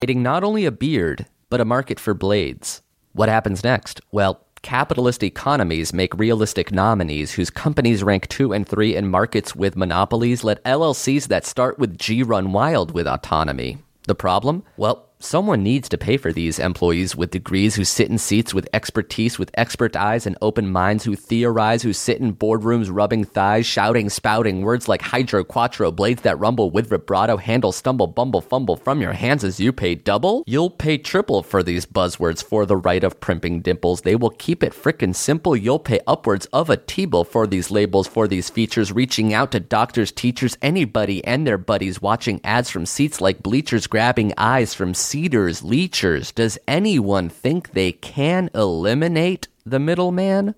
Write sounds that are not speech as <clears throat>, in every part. creating not only a beard, but a market for blades. What happens next? Well, capitalist economies make realistic nominees whose companies rank 2 and 3 in markets with monopolies let LLCs that start with G run wild with autonomy. The problem? Well, someone needs to pay for these employees with degrees who sit in seats with expertise, with expert eyes and open minds, who theorize, who sit in boardrooms rubbing thighs, shouting, spouting words like hydro, quattro, blades that rumble with vibrato, handle, stumble, bumble, fumble from your hands as you pay double. You'll pay triple for these buzzwords for the right of primping dimples. They will keep it frickin' simple. You'll pay upwards of a T-bill for these labels, for these features, reaching out to doctors, teachers, anybody and their buddies, watching ads from seats like bleachers, grabbing eyes from cedars, leechers. Does anyone think they can eliminate the middleman?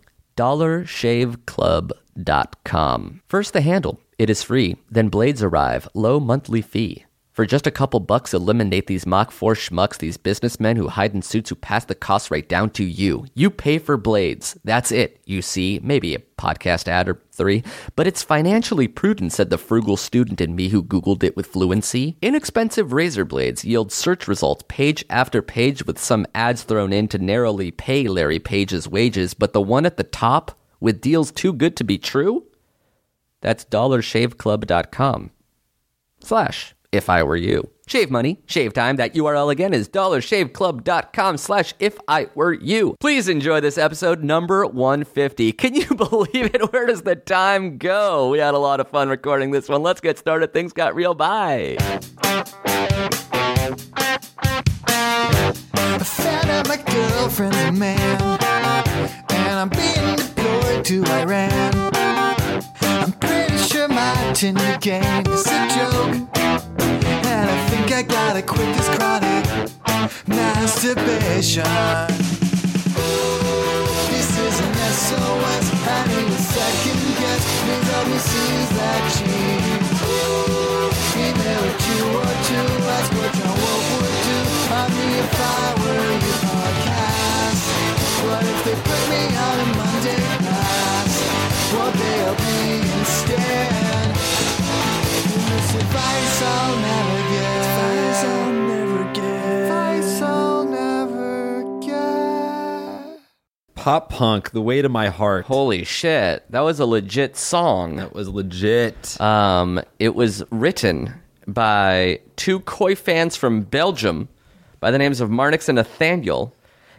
DollarShaveClub.com. First, the handle. It is free. Then blades arrive. Low monthly fee. For just a couple bucks, eliminate these Mach 4 schmucks, these businessmen who hide in suits who pass the cost right down to you. You pay for blades. That's it. You see, maybe a podcast ad or three. But it's financially prudent, said the frugal student in me who Googled it with fluency. Inexpensive razor blades yield search results page after page with some ads thrown in to narrowly pay Larry Page's wages, but the one at the top with deals too good to be true? That's dollarshaveclub.com slash if I were you. Shave money, shave time. That URL again is dollarshaveclub.com slash if I were you. Please enjoy this episode number 150. Can you <laughs> believe it? Where does the time go? We had a lot of fun recording this one. Let's get started. Things got real. Bye. I found out my girlfriend's a man, and I'm being deployed to Iran. I'm pretty sure my Tinder game is a joke, and I think I gotta quit this chronic masturbation. This is an SOS, I need a second guess. Please help me seize that cheese. Ain't there a two or two? That's what John Wolf would do. I'm the If I Were You podcast. What if they put me on a Monday class? What they'll be instead? This advice I'll never get. Advice I'll never get. Advice I'll never get. Pop punk, the way to my heart. Holy shit. That was a legit song. That was legit. Um, it was written by two koi fans from Belgium by the names of Marnix and Nathaniel.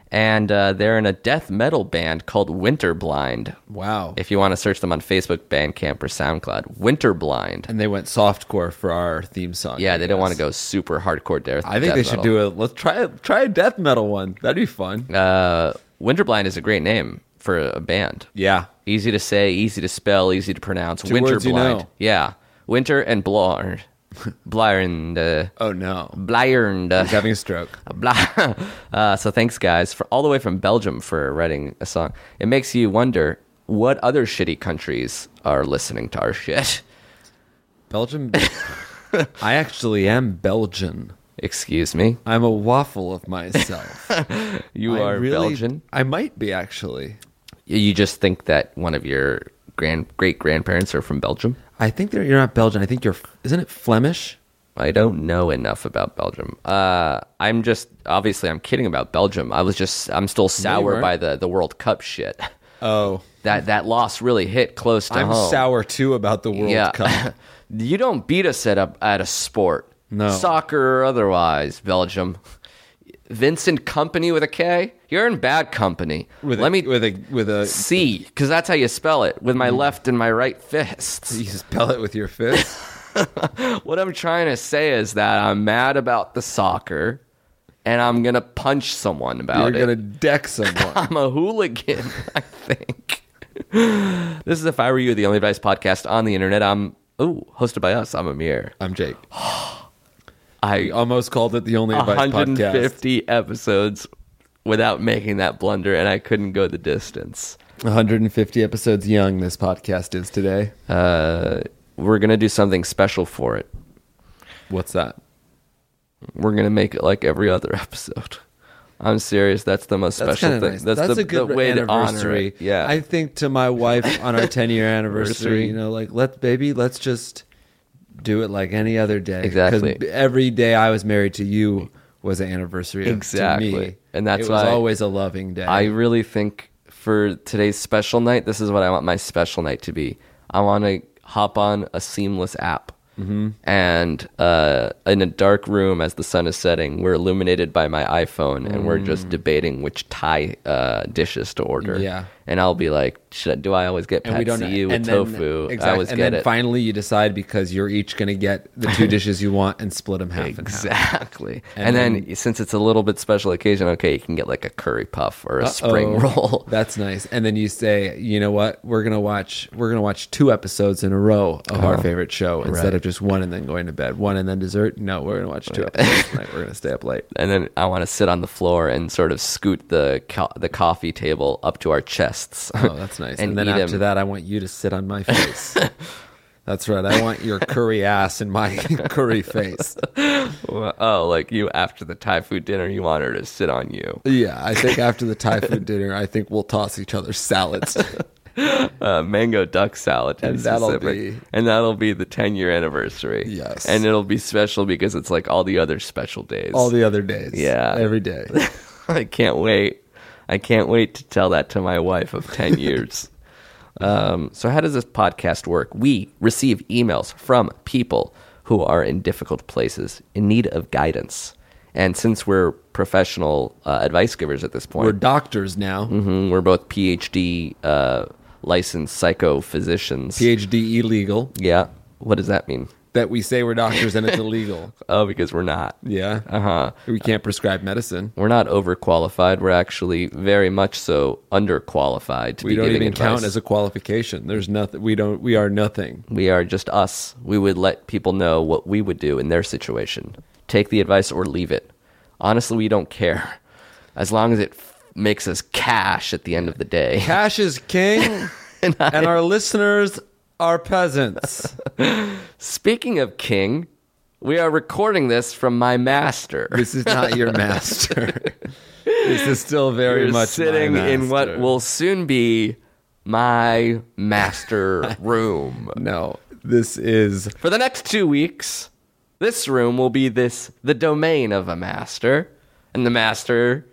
And uh, they're in a death metal band called Winterblind. wow. If you want to search them on Facebook, Bandcamp, or SoundCloud, Winterblind. and they went softcore for our theme song. Yeah, I they didn't want to guess. go super hardcore death. I think they should do a let's try try a death metal one. That'd be fun. Uh, Winterblind is a great name for a band. yeah. Easy to say, easy to spell, easy to pronounce. Two Winterblind. words you know. Yeah. Winter and <laughs> Blond. Blind. Uh, Oh no. Blind. He's having <laughs> a stroke. blah. <laughs> Uh, so thanks, guys, for all the way from Belgium for writing a song. It makes you wonder what other shitty countries are listening to our shit. <laughs> <laughs> Belgium. I actually am Belgian. Excuse me, I'm a waffle of <laughs> myself. you I are really- Belgian. I might be actually. You just think that one of your grand great grandparents are from Belgium. I think they're, you're not Belgian. I think you're. Isn't it Flemish? I don't know enough about Belgium. Uh, I'm just obviously I'm kidding about Belgium. I was just I'm still sour weren't. by the the World Cup shit. <laughs> Oh, That that loss really hit close to I'm home. sour too about the World <laughs> Cup. <laughs> you don't beat us at a at a sport. No. Soccer or otherwise, Belgium. Vincent Company with a K. You're in bad company. With Let a, me with a with a see, because that's how you spell it with my left and my right fists. <laughs> you spell it with your fist. What I'm trying to say is that I'm mad about the soccer, and I'm gonna punch someone You're about it. gonna deck <laughs> someone. <laughs> I'm a hooligan, <laughs> I think. <laughs> this is If I Were You, the only advice podcast on the internet. I'm, ooh, hosted by us. I'm Amir. I'm Jake. I You almost called it the only advice podcast. 150 episodes without making that blunder, and I couldn't go the distance. 150 episodes young. This podcast is today. We're going to do something special for it. What's that? We're going to make it like every other <laughs> episode. I'm serious. That's the most special kinda thing. nice. That's, the, a good the way to honor anniversary. it. Yeah. I think to my wife <laughs> on our 10 year Anniversary. anniversary, you know, like let baby, let's just do it like any other day. 'Cause Exactly. b- Every day I was married to you was an anniversary. of- to Exactly. me. And that's it was why always a loving day. I really think for today's special night, this is what I want my special night to be. I want to hop on a seamless app. Mm-hmm. And uh, in a dark room, as the sun is setting, we're illuminated by my iPhone, and we're just debating which Thai uh, dishes to order. Mm. Yeah. and I'll be like, Should, I- "Do I always get pad see ew with and then- tofu? exact- I always and get then it." <laughs> finally you decide because you're each going to get the two dishes you want and split them half and half. Exactly. And, And then, then- since it's a little bit special occasion, okay, you can get like a curry puff or a spring <laughs> Uh-oh. roll. <laughs> That's nice. And then you say, you know what? We're gonna watch. We're gonna watch two episodes in a row of Oh, our favorite show instead of just one and then going to bed, one and then dessert. No, we're gonna watch <laughs> two episodes tonight. We're gonna stay up late. and then I want to sit on the floor and sort of scoot the co- the coffee table up to our chests. Oh, that's nice. and, then eat after 'em. that, I want you to sit on my face. that's right. I want your curry ass in my <laughs> curry face. <laughs> oh, like you after the Thai food dinner, you want her to sit on you. Yeah, I think after the Thai food dinner, I think we'll toss each <laughs> other salads. Uh, mango duck salad, to And be that'll specific. be- and that'll be the ten year anniversary. Yes. and it'll be special because it's like all the other special days. All the other days. Yeah. Every day. <laughs> I can't wait. I can't wait to tell that to my wife of 10 years. um, so, how does this podcast work? We receive emails from people who are in difficult places in need of guidance. And since we're professional uh, advice givers at this We're point, doctors now. mhm, we're both PhD uh, licensed psychophysicians. PhD illegal. yeah. What does that mean? that we say we're doctors <laughs> and it's illegal. Oh, because we're not. Yeah. Uh Uh-huh. huh. We can't prescribe medicine. We're not overqualified. We're actually very much so underqualified to We be don't giving even advice. count as a qualification. There's nothing. We don't. We are nothing. We are just us. We would let people know what we would do in their situation. Take the advice or leave it. Honestly, we don't care. <laughs> As long as it f- makes us cash at the end of the day. Cash is king, and, our listeners are peasants. <laughs> Speaking of King, we are recording this from my master. this is not your master. this is still very We're much my sitting in what master. will soon be my <laughs> master room. No, this is For the next two weeks, this room will be this the domain of a master, and the master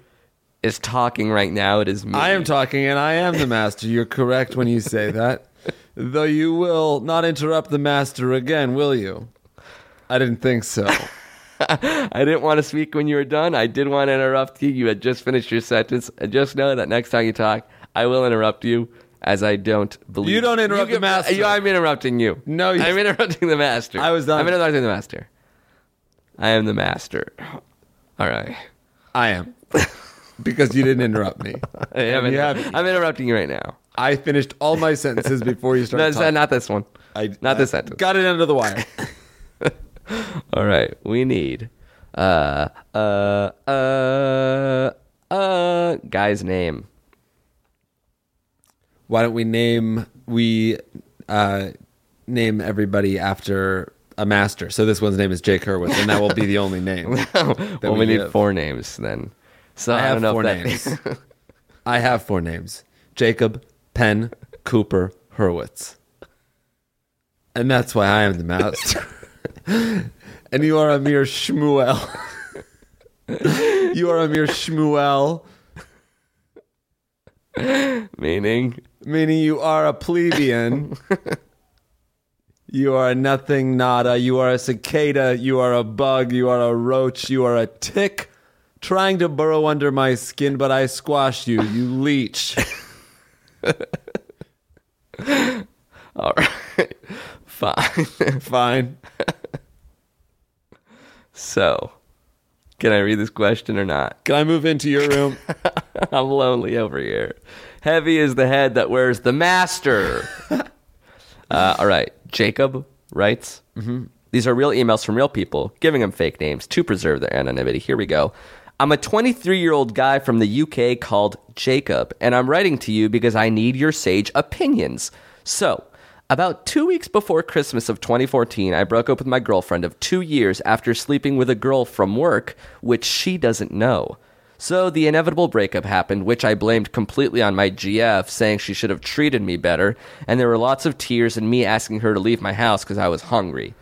is talking right now. It is me. I am talking and I am the master. You're correct when you say that. Though you will not interrupt the master again, will you? I didn't think so. I didn't want to speak when you were done. I did want to interrupt you. You had just finished your sentence. And just know that next time you talk, I will interrupt you, as I don't believe You don't interrupt the give- master. You, I'm interrupting you. No, you- I'm interrupting the master. I was done. I'm interrupting the master. I am the master. All right. I am. <laughs> Because you didn't <laughs> interrupt me. I am you inter- haven't. I'm interrupting you right now. I finished all my sentences before you No, started. it's not, talking. not this one. I, not I this sentence. Got it under the wire. <laughs> All right, we need uh uh uh uh guy's name. Why don't we name we uh, name everybody after a master? So this one's name is Jake Hurwitz, and that will be the only name. that <laughs> well, we need give. four names then. So I I, have don't know four if that, names. <laughs> I have four names: Jacob, Penn, Cooper, Hurwitz, and that's why I am the master. <laughs> and you are a mere Shmuel. <laughs> you are a mere Shmuel, <laughs> meaning meaning you are a plebeian. You are a nothing, nada. You are a cicada. You are a bug. You are a roach. You are a tick. trying to burrow under my skin, but I squashed you, you leech. All right. <laughs> Fine. <laughs> <laughs> Fine. So, can I read this question or not? <laughs> Can I move into your room? I'm lonely over here. Heavy is the head that wears the <laughs> master. uh, all right. Jacob writes Mm-hmm. These are real emails from real people, giving them fake names to preserve their anonymity. Here we go. I'm a 23 year old guy from the UK called Jacob, and I'm writing to you because I need your sage opinions. So, about two weeks before Christmas of 2014, I broke up with my girlfriend of two years after sleeping with a girl from work, which she doesn't know. So the inevitable breakup happened, which I blamed completely on my GF, saying she should have treated me better, and there were lots of tears and me asking her to leave my house because I was hungry.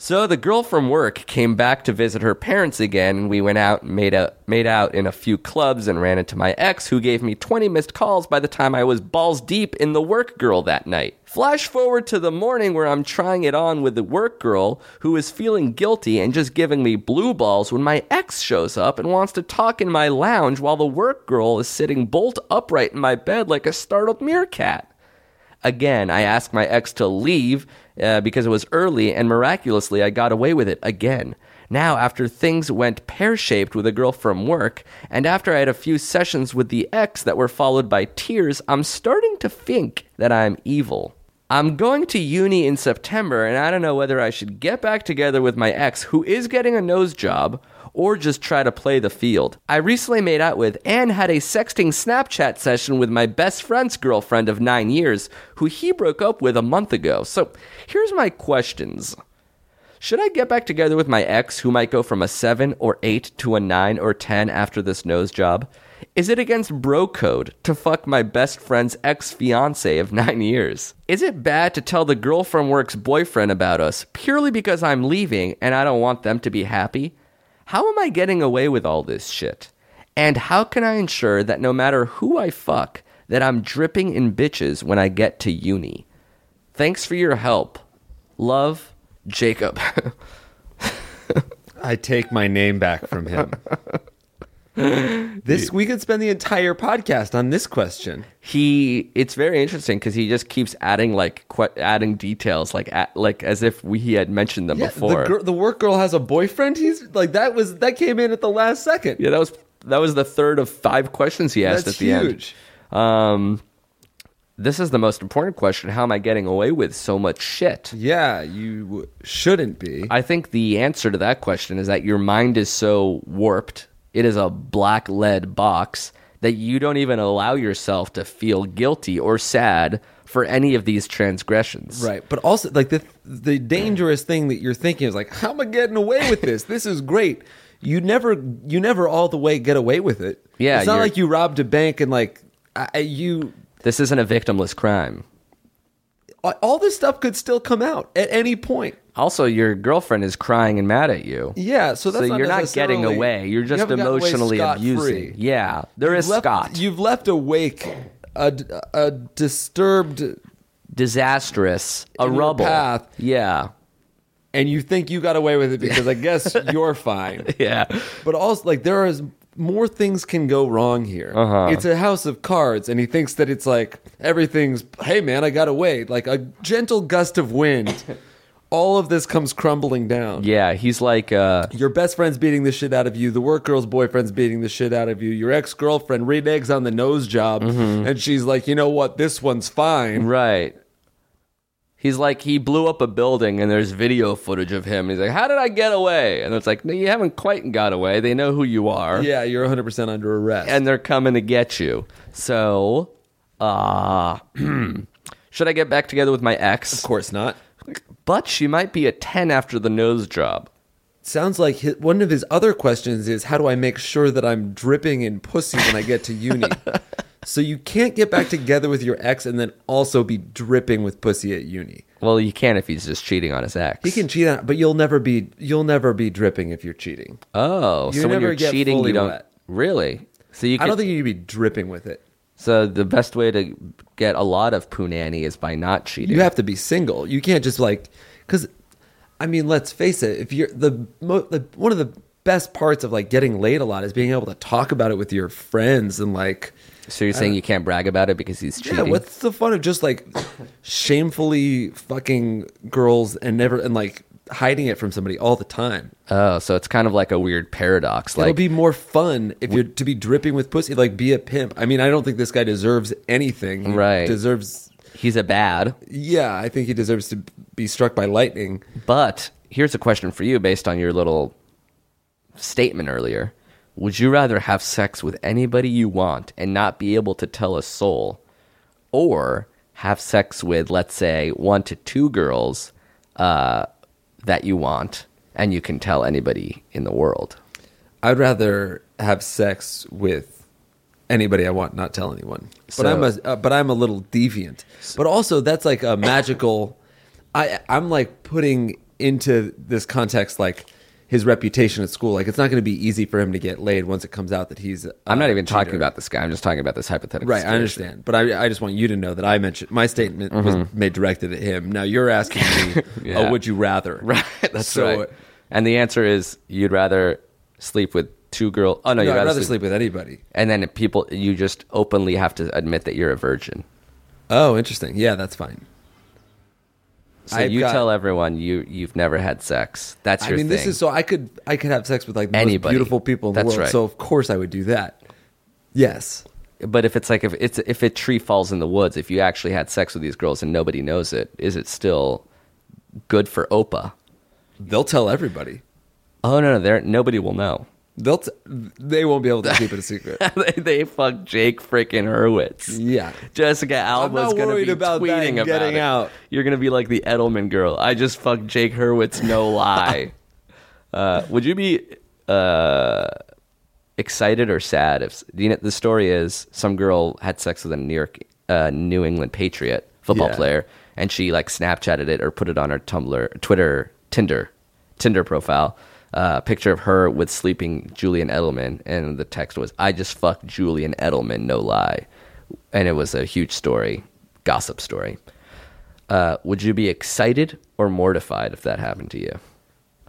So the girl from work came back to visit her parents again, and we went out and made, a, made out in a few clubs and ran into my ex, who gave me 20 missed calls by the time I was balls deep in the work girl that night. Flash forward to the morning where I'm trying it on with the work girl, who is feeling guilty and just giving me blue balls when my ex shows up and wants to talk in my lounge while the work girl is sitting bolt upright in my bed like a startled meerkat. Again, I asked my ex to leave uh, because it was early, and miraculously, I got away with it again. Now, after things went pear shaped with a girl from work, and after I had a few sessions with the ex that were followed by tears, I'm starting to think that I'm evil. I'm going to uni in September, and I don't know whether I should get back together with my ex, who is getting a nose job, or just try to play the field. I recently made out with and had a sexting Snapchat session with my best friend's girlfriend of nine years, who he broke up with a month ago. So here's my questions. Should I get back together with my ex, who might go from a 7 or 8 to a 9 or 10 after this nose job? Is it against bro code to fuck my best friend's ex fiance of 9 years? Is it bad to tell the girl from work's boyfriend about us purely because I'm leaving and I don't want them to be happy? How am I getting away with all this shit? And how can I ensure that no matter who I fuck, that I'm dripping in bitches when I get to uni? Thanks for your help. Love, Jacob. <laughs> I take my name back from him. This we could spend the entire podcast on this question. he it's very interesting because he just keeps adding like que- adding details like a like as if we, he had mentioned them before. the, girl, the work girl has a boyfriend. He's like that was that came in at the last second. yeah, that was that was the third of five questions he asked That's at the huge. end. Um, this is the most important question: How am I getting away with so much shit? Yeah, you shouldn't be. I think the answer to that question is that your mind is so warped, it is a black lead box that you don't even allow yourself to feel guilty or sad for any of these transgressions. Right, but also like the the dangerous thing that you're thinking is like, how am I getting away with this? This is great. You never you never all the way get away with it. Yeah, it's not you're- like you robbed a bank and like I, I- you This isn't a victimless crime. all this stuff could still come out at any point. Also, your girlfriend is crying and mad at you. Yeah, so that's so you're not getting necessarily- away. You're you just haven't gotten away emotionally scot-free. abusing. Yeah, there is You've left- Scott. You've left awake a, a disturbed, Disastrous. A In your rubble. path. Yeah. and you think you got away with <laughs> it because I guess you're fine. Yeah. But also, like, there is more things can go wrong here. Uh-huh. It's a house of cards, and he thinks that it's like everything's, hey, man, I got away. Like a gentle gust of <laughs> wind, all of this comes crumbling down. Yeah. He's like, uh, Your best friend's beating the shit out of you. The work girl's boyfriend's beating the shit out of you. Your ex girlfriend reneges on the nose job, and she's like, you know what? This one's fine. Mm-hmm. right. He's like, he blew up a building and there's video footage of him. He's like, how did I get away? And it's like, no, you haven't quite got away. They know who you are. Yeah, you're 100% under arrest. and they're coming to get you. So, uh, <clears throat> should I get back together with my ex? of course not. But she might be a 10 after the nose job. Sounds like hi one of his other questions is how do I make sure that I'm dripping in pussy when I get <laughs> to uni? so you can't get back together with your ex and then also be dripping with pussy at uni. Well, you can if he's just cheating on his ex. He can cheat on, but you'll never be you'll never be dripping if you're cheating. Oh, so You when never you're get cheating, fully you don't. wet. Really? So you can, I don't think you'd be dripping with it. so the best way to get a lot of punani is by not cheating. You have to be single. You can't just like because I mean, let's face it. If you're the, mo- the one of the best parts of like getting laid a lot is being able to talk about it with your friends and like So you're saying you can't brag about it because he's cheating? yeah, what's the fun of just like shamefully fucking girls and never and like hiding it from somebody all the time? oh, so it's kind of like a weird paradox. It'll Like, be more fun if you're to be dripping with pussy, like be a pimp. I mean, I don't think this guy deserves anything. He Right. Deserves. he's a bad. Yeah, I think he deserves to be struck by lightning. But here's a question for you based on your little statement earlier. Would you rather have sex with anybody you want and not be able to tell a soul, or have sex with, let's say, one to two girls uh, that you want and you can tell anybody in the world? I'd rather have sex with anybody I want, not tell anyone. So- but I'm a uh, but I'm a little deviant. But also, that's like a magical. I I'm like putting into this context like his reputation at school. Like it's not going to be easy for him to get laid once it comes out that he's. i I'm not even talking about this guy. I'm just talking about this hypothetical. Uh, Right, I situation. understand, but I, I just want you to know that I mentioned my statement was made directed at him. Now you're asking me, Mm-hmm. <laughs> Yeah. oh, would you rather? <laughs> Right. That's right. And the answer is you'd rather sleep with two girls. Oh no, No, you'd I'd rather, rather sleep. sleep with anybody. And then people, you just openly have to admit that you're a virgin. Oh, interesting. Yeah, that's fine. So I've you got- tell everyone you you've never had sex. That's I your mean, thing. this is so I could I could have sex with like the most Anybody. beautiful people in the That's world. right. So of course I would do that. Yes. but if it's like if it's if a tree falls in the woods, if you actually had sex with these girls and nobody knows it, is it still good for Opa? They'll tell everybody. Oh no, no, there nobody will know. <laughs> They'll t- they won't be able to keep it a secret. they, they fucked Jake freaking Hurwitz. Yeah. Jessica Alba's not gonna worried be about that tweeting and about getting it. out. You're gonna be like the Edelman girl. I just fucked Jake Hurwitz, <laughs> no lie. uh, would you be uh, excited or sad if you know, the story is some girl had sex with a New York, uh, New England Patriot football Yeah. player, and she like Snapchatted it or put it on her Tumblr, Twitter, Tinder, Tinder profile. Uh, picture of her with sleeping Julian Edelman, and the text was, "I just fucked Julian Edelman, no lie," and it was a huge story, gossip story. Uh, would you be excited or mortified if that happened to you?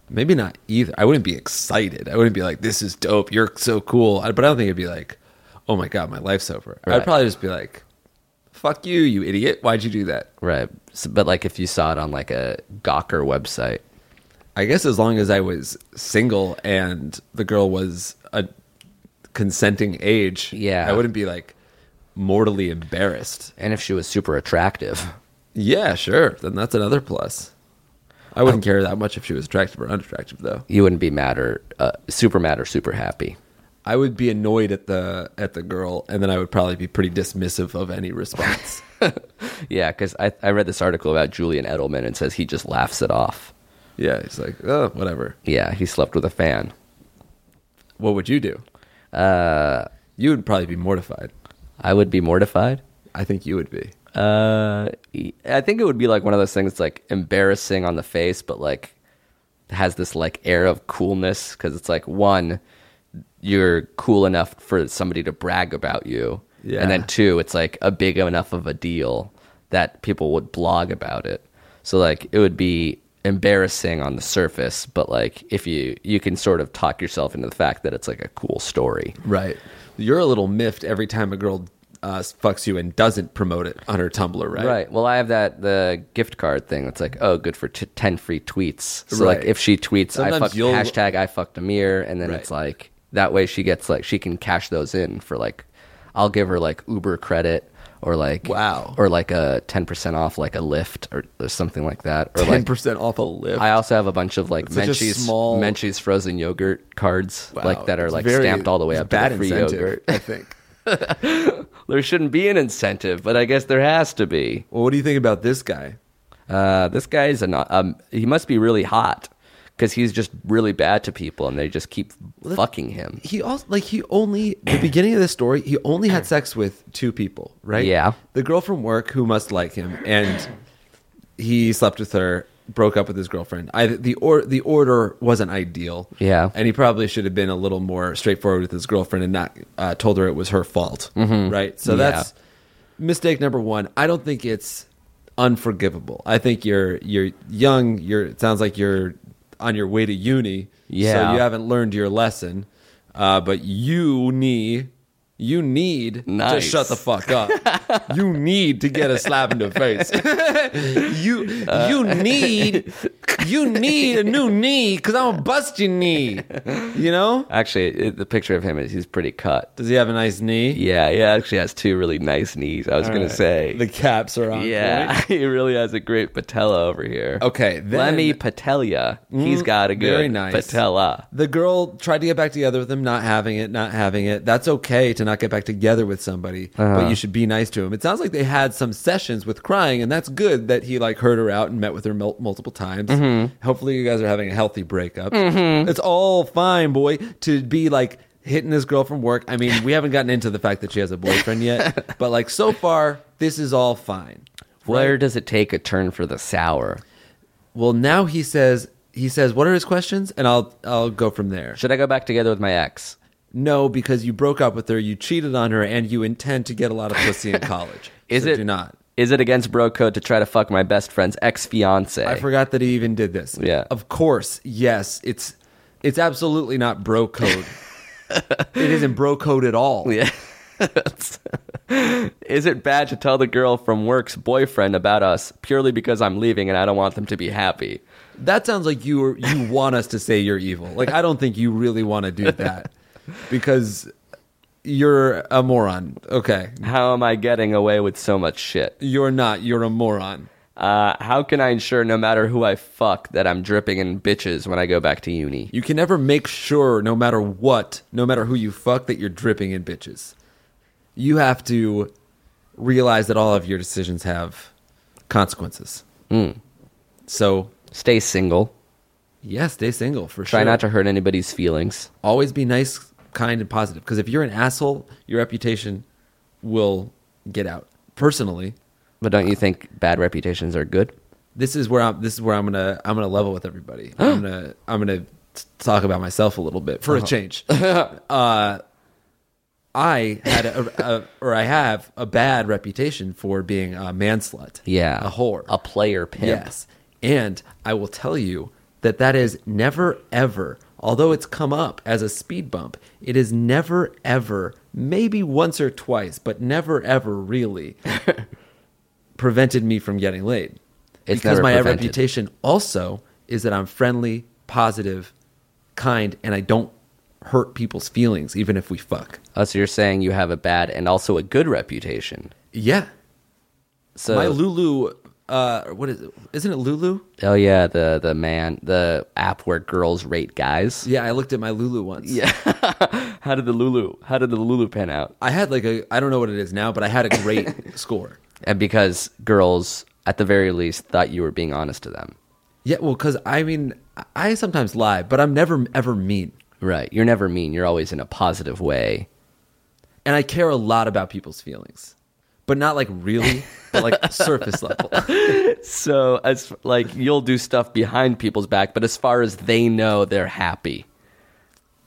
Maybe not either. I wouldn't be excited. I wouldn't be like, "This is dope. You're so cool." I, but I don't think it'd be like, "Oh my god, my life's over." Right. I'd probably just be like, "Fuck you, you idiot! Why'd you do that?" Right. So, but like if you saw it on like a Gawker website. I guess as long as I was single and the girl was a consenting age, Yeah. I wouldn't be like mortally embarrassed. And if she was super attractive. Yeah, sure. Then that's another plus. I wouldn't care that much if she was attractive or unattractive, though. You wouldn't be mad or uh, super mad or super happy. I would be annoyed at the at the girl, and then I would probably be pretty dismissive of any <laughs> response. Yeah, because I, I read this article about Julian Edelman and says he just laughs it off. yeah, it's like, oh, whatever. Yeah, he slept with a fan. What would you do? Uh, you would probably be mortified. I would be mortified. I think you would be. Uh, I think it would be like one of those things that's like embarrassing on the face, but like has this like air of coolness because it's like one, you're cool enough for somebody to brag about you, Yeah. and then two, it's like a big enough of a deal that people would blog about it. So like it would be embarrassing on the surface, but like if you you can sort of talk yourself into the fact that it's like a cool story. Right. You're a little miffed every time a girl uh, fucks you and doesn't promote it on her Tumblr, right? Right. Well, I have that the gift card thing that's like, oh, good for t- ten free tweets. So like, Right. if she tweets, I Sometimes fucked you'll- hashtag I fucked Amir, and then Right. it's like that way she gets like she can cash those in for like, I'll give her like Uber credit or like Wow. or like a ten percent off like a Lyft or, or something like that or Ten like. percent off a lift. I also have a bunch of like such a Menchie's small- Menchie's frozen yogurt cards like that are It's like very- stamped all the way it's up bad to the free incentive, yogurt. I think. There shouldn't be an incentive, but I guess there has to be. <laughs> Well, what do you think about this guy? Uh, this guy is an, um, he must be really hot because he's just really bad to people and they just keep fucking him. He also like he only the beginning of this story. He only had sex with two people, right? Yeah. The girl from work who must like him, and he slept with her. Broke up with his girlfriend. I, the or the order wasn't ideal. Yeah. and he probably should have been a little more straightforward with his girlfriend and not uh, told her it was her fault. Right. So Mm-hmm. Yeah. that's mistake number one. I don't think it's unforgivable. I think you're you're young. You're it sounds like you're on your way to uni. Yeah. So you haven't learned your lesson. Uh, but you need you need Nice. to shut the fuck up. <laughs> you need to get a slap in the face. you you Uh, need you need a new knee because I'm gonna bust your knee. You know? Actually, it, the picture of him is he's pretty cut. Does he have a nice knee? Yeah, he actually has two really nice knees. I was gonna say, The caps are on. yeah, <laughs> point. he really has a great patella over here. Okay, then- Mm, Lemmy Patelia. he's got a good very nice. patella. The girl tried to get back together with him, not having it, not having it. That's okay to not get back together with somebody, but you should be nice to him. It sounds like they had some sessions with crying, and that's good that he like heard her out and met with her mul- multiple times. Hopefully, you guys are having a healthy breakup. It's all fine, boy, to be like hitting this girl from work. I mean, we haven't gotten into the fact that she has a boyfriend yet, but like so far, this is all fine. Where does it take a turn for the sour? Well, now he says he says, "What are his questions?" And I'll I'll go from there. Should I go back together with my ex? No, because you broke up with her, you cheated on her, and you intend to get a lot of <laughs> pussy in college. Is So it Do not. Is it against bro code to try to fuck my best friend's ex fiance? I forgot that he even did this. Yeah. Of course, yes. It's it's absolutely not <laughs> bro code. it isn't bro code at all. Yeah. Is it bad to tell the girl from work's boyfriend about us purely because I'm leaving and I don't want them to be happy? That sounds like you are, you want us to say you're evil. Like I don't think you really want to do <laughs> that because you're a moron. Okay. How am I getting away with so much shit? You're not. You're a moron. Uh, how can I ensure, no matter who I fuck, that I'm dripping in bitches when I go back to uni? You can never make sure, no matter what, no matter who you fuck, that you're dripping in bitches. You have to realize that all of your decisions have consequences. Hmm. So, Stay single. yeah, stay single for Try sure. not to hurt anybody's feelings. always be nice, kind, and positive. Because if you're an asshole, your reputation will get out. Personally, But don't you think bad reputations are good? this is where I'm. This is where I'm gonna. I'm gonna level with everybody. <gasps> I'm gonna. I'm gonna t- talk about myself a little bit for Uh-huh. <laughs> a change. uh, I had a, a, or I have a bad reputation for being a man slut. Yeah. a whore. A player pimp. Yes, and I will tell you that that is never ever. Although it's come up as a speed bump, it is never ever. Maybe once or twice, but never <laughs> ever really prevented me from getting laid. It's because never my prevented. reputation also is that I'm friendly, positive, kind, and I don't hurt people's feelings, even if we fuck. Oh, so you're saying you have a bad and also a good reputation. Yeah. So my Lulu, uh, what is it? Isn't it Lulu? Oh yeah, the the man, the app where girls rate guys. Yeah, I looked at my Lulu once. Yeah. How did the Lulu? How did the Lulu pan out? I had like a, I don't know what it is now, but I had a great score. And because girls, at the very least, thought you were being honest to them. Yeah, well, because I mean, I sometimes lie, but I'm never ever mean. Right. You're never mean. You're always in a positive way. And I care a lot about people's feelings, but not like really, but like surface level. So as like you'll do stuff behind people's back, but as far as they know, they're happy.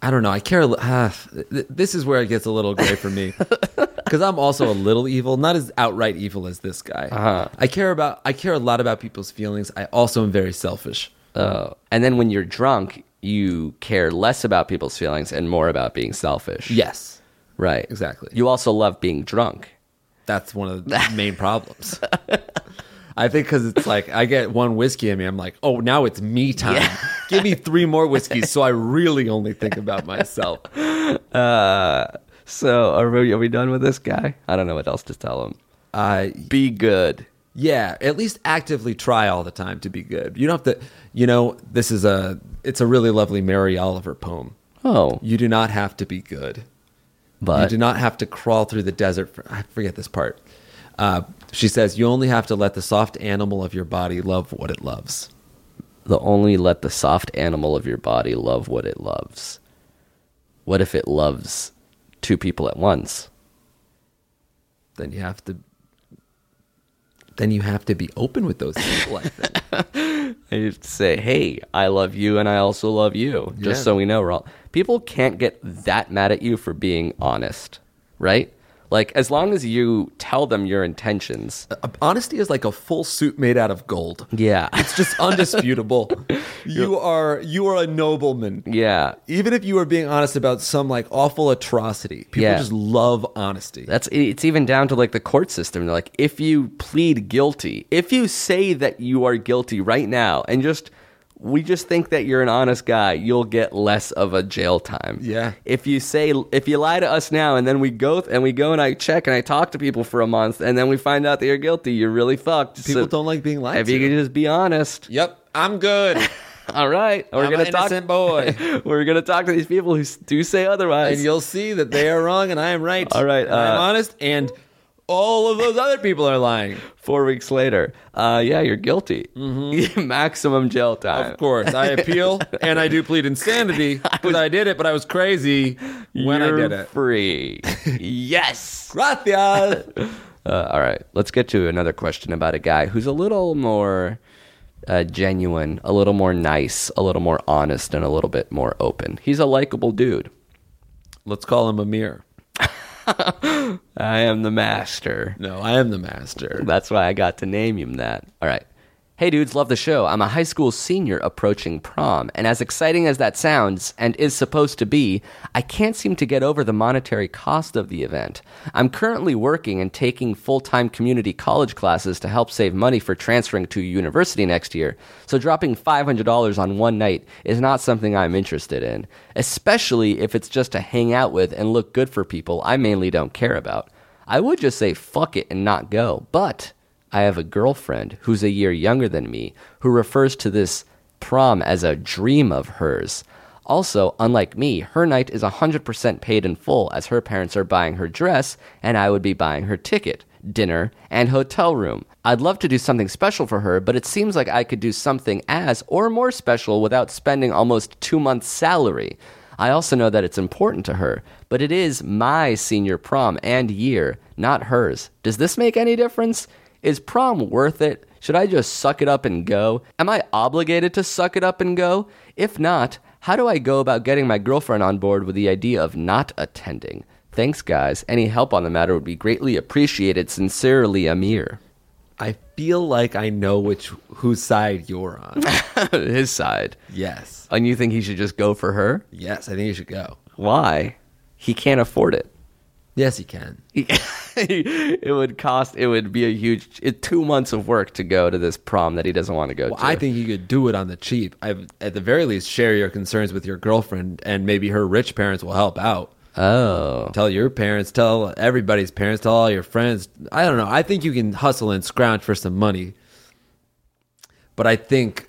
I don't know. I care. a li- Uh, th- this is where it gets a little gray for me because I'm also a little evil, not as outright evil as this guy. I care about. I care a lot about people's feelings. I also am very selfish. Oh. And then when you're drunk, you care less about people's feelings and more about being selfish. Yes, Right. Exactly. You also love being drunk. that's one of the main problems. I think because it's like I get one whiskey in me, I'm like, oh, now it's me time. Give me three more whiskeys, so I really only think about myself. So are we, are we done with this guy? I don't know what else to tell him. Uh, Be good. Yeah, at least actively try all the time to be good. You don't have to, you know, this is a it's a really lovely Mary Oliver poem. Oh, You do not have to be good. you but do not have to crawl through the desert. For, I forget this part. Uh, she says, "You only have to let the soft animal of your body love what it loves." the only let the soft animal of your body love what it loves. What if it loves two people at once? Then you have to. Then you have to be open with those <laughs> people. I think. And you say, "Hey, I love you, and I also love you." Just Yeah. so we know, we're all people can't get that mad at you for being honest, right? Like as long as you tell them your intentions. Uh, Honesty is like a full suit made out of gold. Yeah. It's just <laughs> undisputable. you are you are a nobleman. yeah. Even if you are being honest about some like awful atrocity, people Yeah. just love honesty. That's it's even down to like the court system. They're like, if you plead guilty, if you say that you are guilty right now, and just we just think that you're an honest guy, you'll get less of a jail time. Yeah. If you say if you lie to us now, and then we go and we go and I check and I talk to people for a month, and then we find out that you're guilty, you're really fucked. People So don't like being lied If to. you could just be honest, yep, I'm <laughs> good. all right, we're I'm gonna an talk. innocent <laughs> boy. <laughs> we're gonna talk to these people who s- do say otherwise. and you'll see that they are wrong and I am right. All right, And I'm uh, honest and all of those other people are lying. Four weeks later, uh, yeah, you're guilty. <laughs> Maximum jail time. Mm-hmm. Of course, <laughs> I appeal and I do plead insanity because <laughs> I did it, but I was crazy when You're I did it. <laughs> free. yes. Gracias. Uh, all right, let's get to another question about a guy who's a little more uh, genuine, a little more nice, a little more honest, and a little bit more open. He's a likable dude. <laughs> Let's call him Amir. I am the master. No, I am the master. That's why I got to name him that. All right. Hey, dudes, love the show. I'm a high school senior approaching prom, and as exciting as that sounds and is supposed to be, I can't seem to get over the monetary cost of the event. I'm currently working and taking full time community college classes to help save money for transferring to university next year, so dropping $500 on one night is not something I'm interested in, especially if it's just to hang out with and look good for people I mainly don't care about. I would just say fuck it and not go, but I have a girlfriend who's a year younger than me who refers to this prom as a dream of hers. Also, unlike me, her night is 100% paid in full as her parents are buying her dress and I would be buying her ticket, dinner, and hotel room. I'd love to do something special for her, but it seems like I could do something as or more special without spending almost two months' salary. I also know that it's important to her, but it is my senior prom and year, not hers. Does this make any difference? Is prom worth it? Should I just suck it up and go? Am I obligated to suck it up and go? If not, how do I go about getting my girlfriend on board with the idea of not attending? Thanks, guys. Any help on the matter would be greatly appreciated. Sincerely, Amir. I feel like I know which whose side you're on. <laughs> <laughs> His side. yes. And you think he should just go for her? Yes, I think you should go. Why? He can't afford it. <laughs> Yes, you can. it would cost it would be a huge it, two months of work to go to this prom that he doesn't want to go Well, to I think you could do it on the cheap. I at the very least share your concerns with your girlfriend and maybe her rich parents will help out. oh Tell your parents, tell everybody's parents, tell all your friends. I don't know. I think you can hustle and scrounge for some money. But I think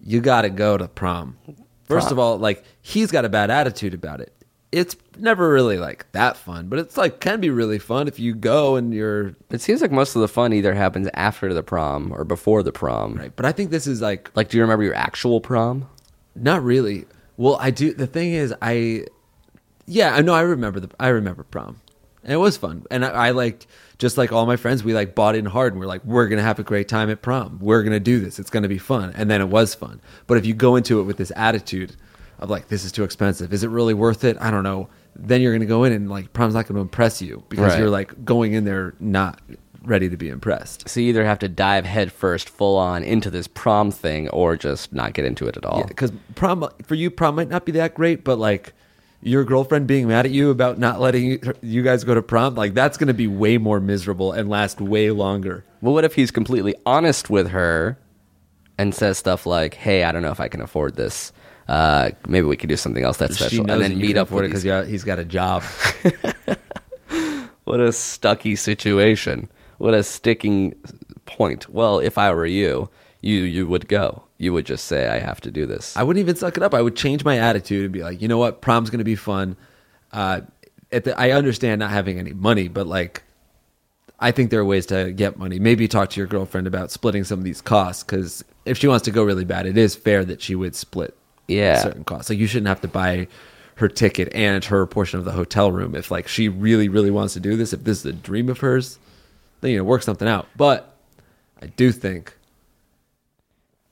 you got to go to prom. First of all, like he's got a bad attitude about it. It's never really like that fun, but it's like can be really fun if you go and you're it seems like most of the fun either happens after the prom or before the prom right. But I think this is like like do you remember your actual prom Not really. Well, I do. The thing is, I yeah, I know. I remember the I remember prom, and it was fun. And I, I liked just like all my friends, we like bought in hard, and we're like, we're gonna have a great time at prom. We're gonna do this. It's gonna be fun. And then it was fun. But if you go into it with this attitude of like, this is too expensive. Is it really worth it? I don't know. Then you're gonna go in and like prom's not gonna impress you because Right. you're like going in there not ready to be impressed. so you either have to dive headfirst full on into this prom thing or just not get into it at all because prom for you prom might not be that great but like your girlfriend being mad at you about not letting you, you guys go to prom like that's going to be way more miserable and last way longer well what if he's completely honest with her and says stuff like hey i don't know if i can afford this uh, maybe we could do something else that's special and then meet up for with it because these yeah, he's got a job What a stucky situation. What a sticking point. Well, if I were you, you you would go. You would just say, "I have to do this." <laughs> i wouldn't even suck it up i would change my attitude and be like you know what prom's going to be fun uh, at the, i understand not having any money but like i think there are ways to get money maybe talk to your girlfriend about splitting some of these costs because if she wants to go really bad it is fair that she would split yeah, certain costs. Like you shouldn't have to buy her ticket and her portion of the hotel room if like she really really wants to do this. If this is a dream of hers, then you know work something out. But I do think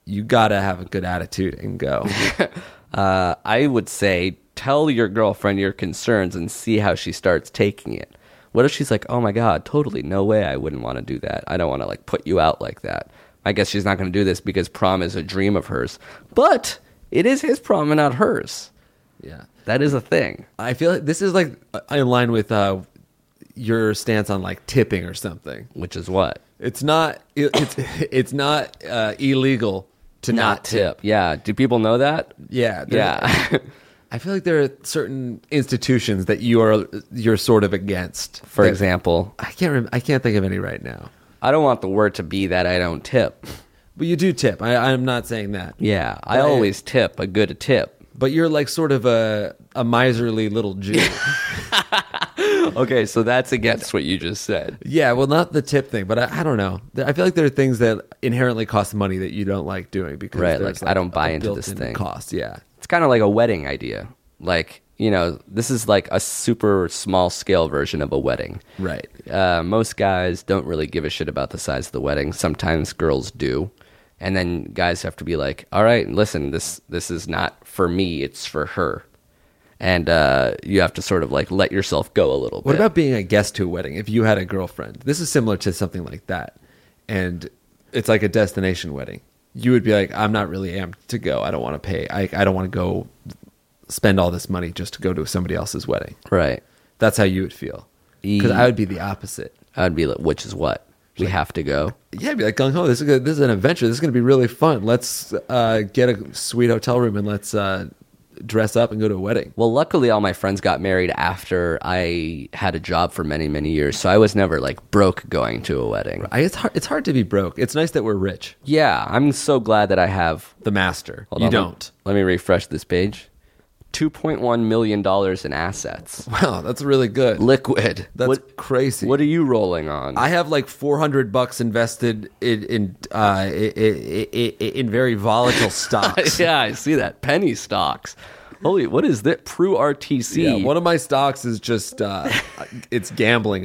you gotta have a good attitude and <laughs> go. uh, I would say tell your girlfriend your concerns and see how she starts taking it. What if she's like, oh my God, totally, no way, I wouldn't want to do that. I don't want to like put you out like that. I guess she's not going to do this because prom is a dream of hers. But it is his prom and not hers. Yeah. That is a thing. I feel like this is like uh, in line with uh, your stance on like tipping or something. Which is what? It's not it, it's <laughs> it's not uh, illegal to not, tip. Yeah. Do people know that? Yeah, there- Yeah. <laughs> I feel like there are certain institutions that you are you're sort of against. For That- example, I can't rem- I can't think of any right now. I don't want the word to be that I don't tip. But you do tip. I, I'm not saying that. Yeah. I Right. always tip a good tip. But you're like sort of a a miserly little Jew. <laughs> Okay. So that's against what you just said. <laughs> yeah, well, not the tip thing, but I, I don't know. There- I feel like there are things that inherently cost money that you don't like doing because Right, there's, like, I don't buy a into this built-in thing. Cost, yeah, it's kind of like a wedding idea. Like, you know, this is like a super small scale version of a wedding. right. Uh, most guys don't really give a shit about the size of the wedding. Sometimes girls do. And then guys have to be like, all right, listen, this, this is not for me, it's for her. And uh, you have to sort of like let yourself go a little What bit. about being a guest to a wedding? If you had a girlfriend, this is similar to something like that, and it's like a destination wedding. You would be like, I'm not really amped to go. I don't want to pay. I, I don't want to go spend all this money just to go to somebody else's wedding. Right. That's how you would feel. Because Ye- I would be the opposite. I'd be like, which is what? We have to go. Yeah, I'd be like gung ho. This is good. this is an adventure. This is going to be really fun. Let's uh, get a sweet hotel room and let's uh, dress up and go to a wedding. Well, luckily, all my friends got married after I had a job for many, many years. So I was never like broke going to a wedding. I, it's hard. It's hard to be broke. It's nice that we're rich. Yeah, I'm so glad that I have. The master. Hold you on, let- don't. Let, me refresh this page. $2.1 million in assets. Wow, that's really good. Liquid. That's what, crazy. What are you rolling on? <laughs> I have like 400 bucks invested in in uh, i- i- i- i- in <laughs> very volatile stocks. yeah, I see that. Penny stocks. Holy, what is that? Pru RTC. Yeah, one of my stocks is just uh, it's gambling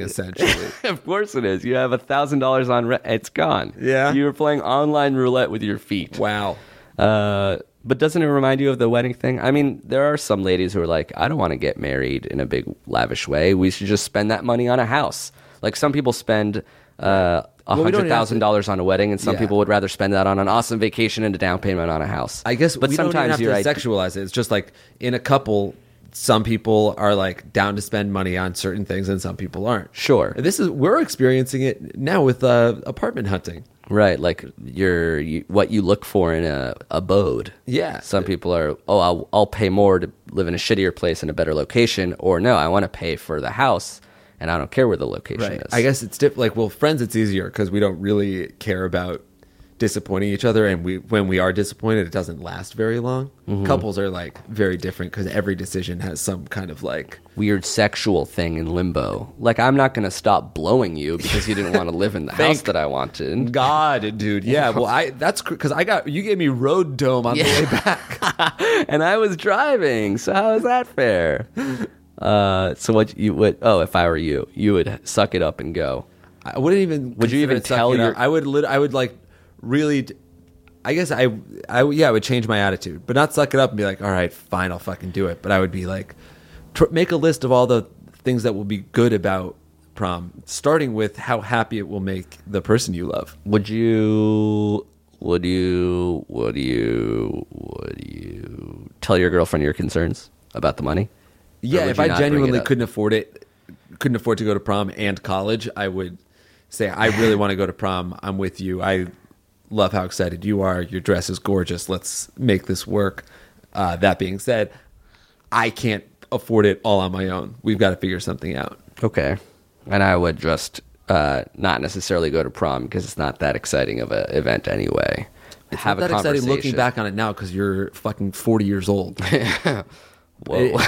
<laughs> essentially. <laughs> of course it is. You have $1,000 on re- It's gone. Yeah. You were playing online roulette with your feet. Wow. Uh, but doesn't it remind you of the wedding thing? I mean, there are some ladies who are like, I don't want to get married in a big lavish way. We should just spend that money on a house. Like some people spend uh, Well, we don't hundred thousand dollars on a wedding, and some Yeah. people would rather spend that on an awesome vacation and a down payment on a house. I guess but we sometimes don't even you're have to sexualize it. It's just like in a couple, some people are like down to spend money on certain things, and some people aren't. Sure. And this is we're experiencing it now with uh, apartment hunting. right. Like your you, what you look for in a abode. Yeah. Some people are, oh, I'll, I'll pay more to live in a shittier place in a better location, or no, I want to pay for the house, and I don't care where the location is. I guess it's diff- like well, friends, it's easier because we don't really care about disappointing each other, and we when we are disappointed, it doesn't last very long. Couples are like very different because every decision has some kind of like weird sexual thing in limbo. Like, I'm not going to stop blowing you because you didn't want to live in the house that I wanted. God, dude. Yeah, well, I that's because I got you gave me road dome on the <laughs> way back. And I was driving, so how is that fair? Uh, so what you would? Oh, if I were you, you would suck it up and go. I wouldn't even. Would you consider even it sucking tell it your- up. I would. Lit- I would like really. d- I guess I, I. would- Yeah, I would change my attitude, but not suck it up and be like, "All right, fine, I'll fucking do it." But I would be like, tr- make a list of all the things that will be good about prom, starting with how happy it will make the person you love. Would you? Would you? Would you? Would you tell your girlfriend your concerns about the money? Yeah, would if you I not bring it genuinely up? couldn't afford it, couldn't afford to go to prom and college, I would say, I really want to go to prom. I'm with you. I love how excited you are. Your dress is gorgeous. Let's make this work. Uh, that being said, I can't afford it all on my own. We've got to figure something out. Okay. And I would just uh, not necessarily go to prom because it's not that exciting of an event anyway. It's not that exciting looking back on it now because you're fucking 40 years <laughs> old. Whoa.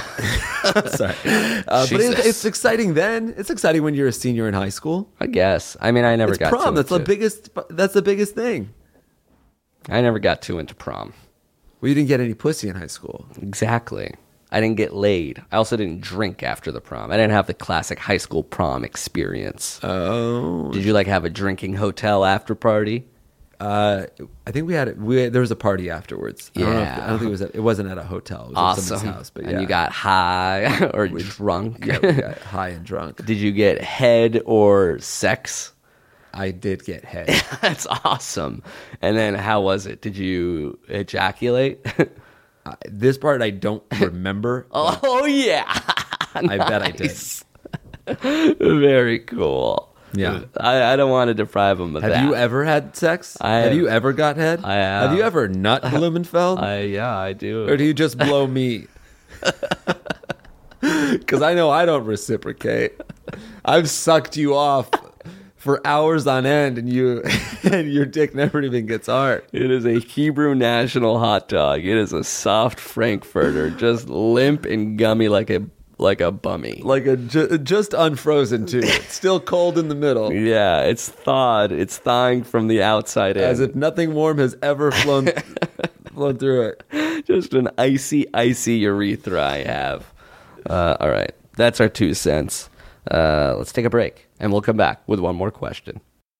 Sorry. <laughs> Uh, but Jesus. it's, it's exciting then. It's exciting when you're a senior in high school. I guess. I mean, I never It's got prom. Too That's the into, biggest. That's the biggest thing. I never got too into prom. Well, you didn't get any pussy in high school. Exactly. I didn't get laid. I also didn't drink after the prom. I didn't have the classic high school prom experience. Oh, Did you like have a drinking hotel after party? Uh, I think we had we there was a party afterwards. I don't, know if- Yeah. I don't think it was at, it wasn't at a hotel. It was at Awesome. someone's house, but yeah. And you got high <laughs> or drunk. yeah, we <laughs> got high and drunk. Did you get head or sex? I did get head. <laughs> That's awesome. And then how was it? Did you ejaculate? <laughs> I, this part I don't remember. oh yeah. I bet I did. Very cool. Yeah. I, I don't want to deprive him of Have that. you ever had sex? I- have you ever got head? I have. <laughs> Have you ever nut Blumenfeld? I, yeah, I do. or uh, do you just blow <laughs> me? Because I know I don't reciprocate. I've sucked you off for hours on end, and you <laughs> and your dick never even gets hard. It is a Hebrew national hot dog. It is a soft frankfurter, just limp and gummy like a like a bummy. Like a ju- just unfrozen <laughs> too. It's still cold in the middle, Yeah, it's thawed. It's thawing from the outside in. as if nothing warm has ever flown <laughs> flown through <laughs> it. just an icy, icy urethra I have. Uh, all right, that's our two cents. Uh, let's take a break, and we'll come back with one more question.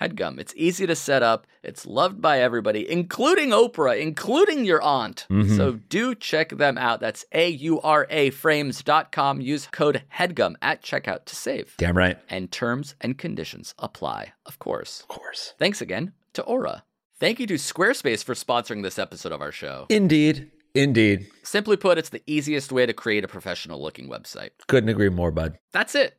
HEADGUM. It's easy to set up, it's loved by everybody, including Oprah, including your aunt. Mm-hmm. So do check them out. That's A U R A frames.com. Use code HEADGUM at checkout to save. Damn right. And terms and conditions apply, of course. Of course. Thanks again to Aura. Thank you to Squarespace for sponsoring this episode of our show. Indeed. Indeed. Simply put, it's the easiest way to create a professional looking website. Couldn't agree more, bud. That's it.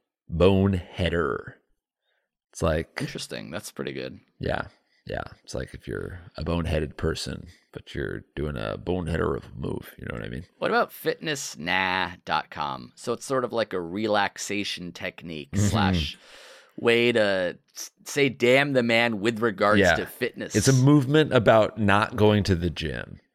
Boneheader. It's like, Interesting. That's pretty good. yeah, yeah. It's like if you're a boneheaded person, but you're doing a boneheader of a move. You know what I mean? What about fitnessnah.com? So it's sort of like a relaxation technique Mm-hmm. slash way to s- say damn the man with regards Yeah. to fitness. It's a movement about not going to the gym.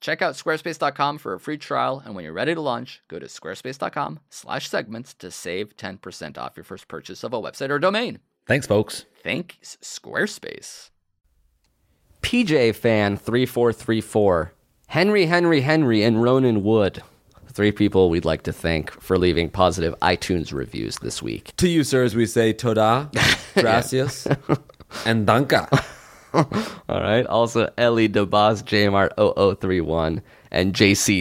check out squarespace.com for a free trial. And when you're ready to launch, go to squarespace.com slash segments to save 10% off your first purchase of a website or domain. Thanks, folks. Thanks, Squarespace. PJ fan 3434 Henry, Henry, Henry, and Ronan Wood. Three people we'd like to thank for leaving positive iTunes reviews this week. To you, sirs, we say <laughs> toda, gracias, <laughs> and <laughs> danka. All right. Also, Ellie DeBoss, JMR 0031, and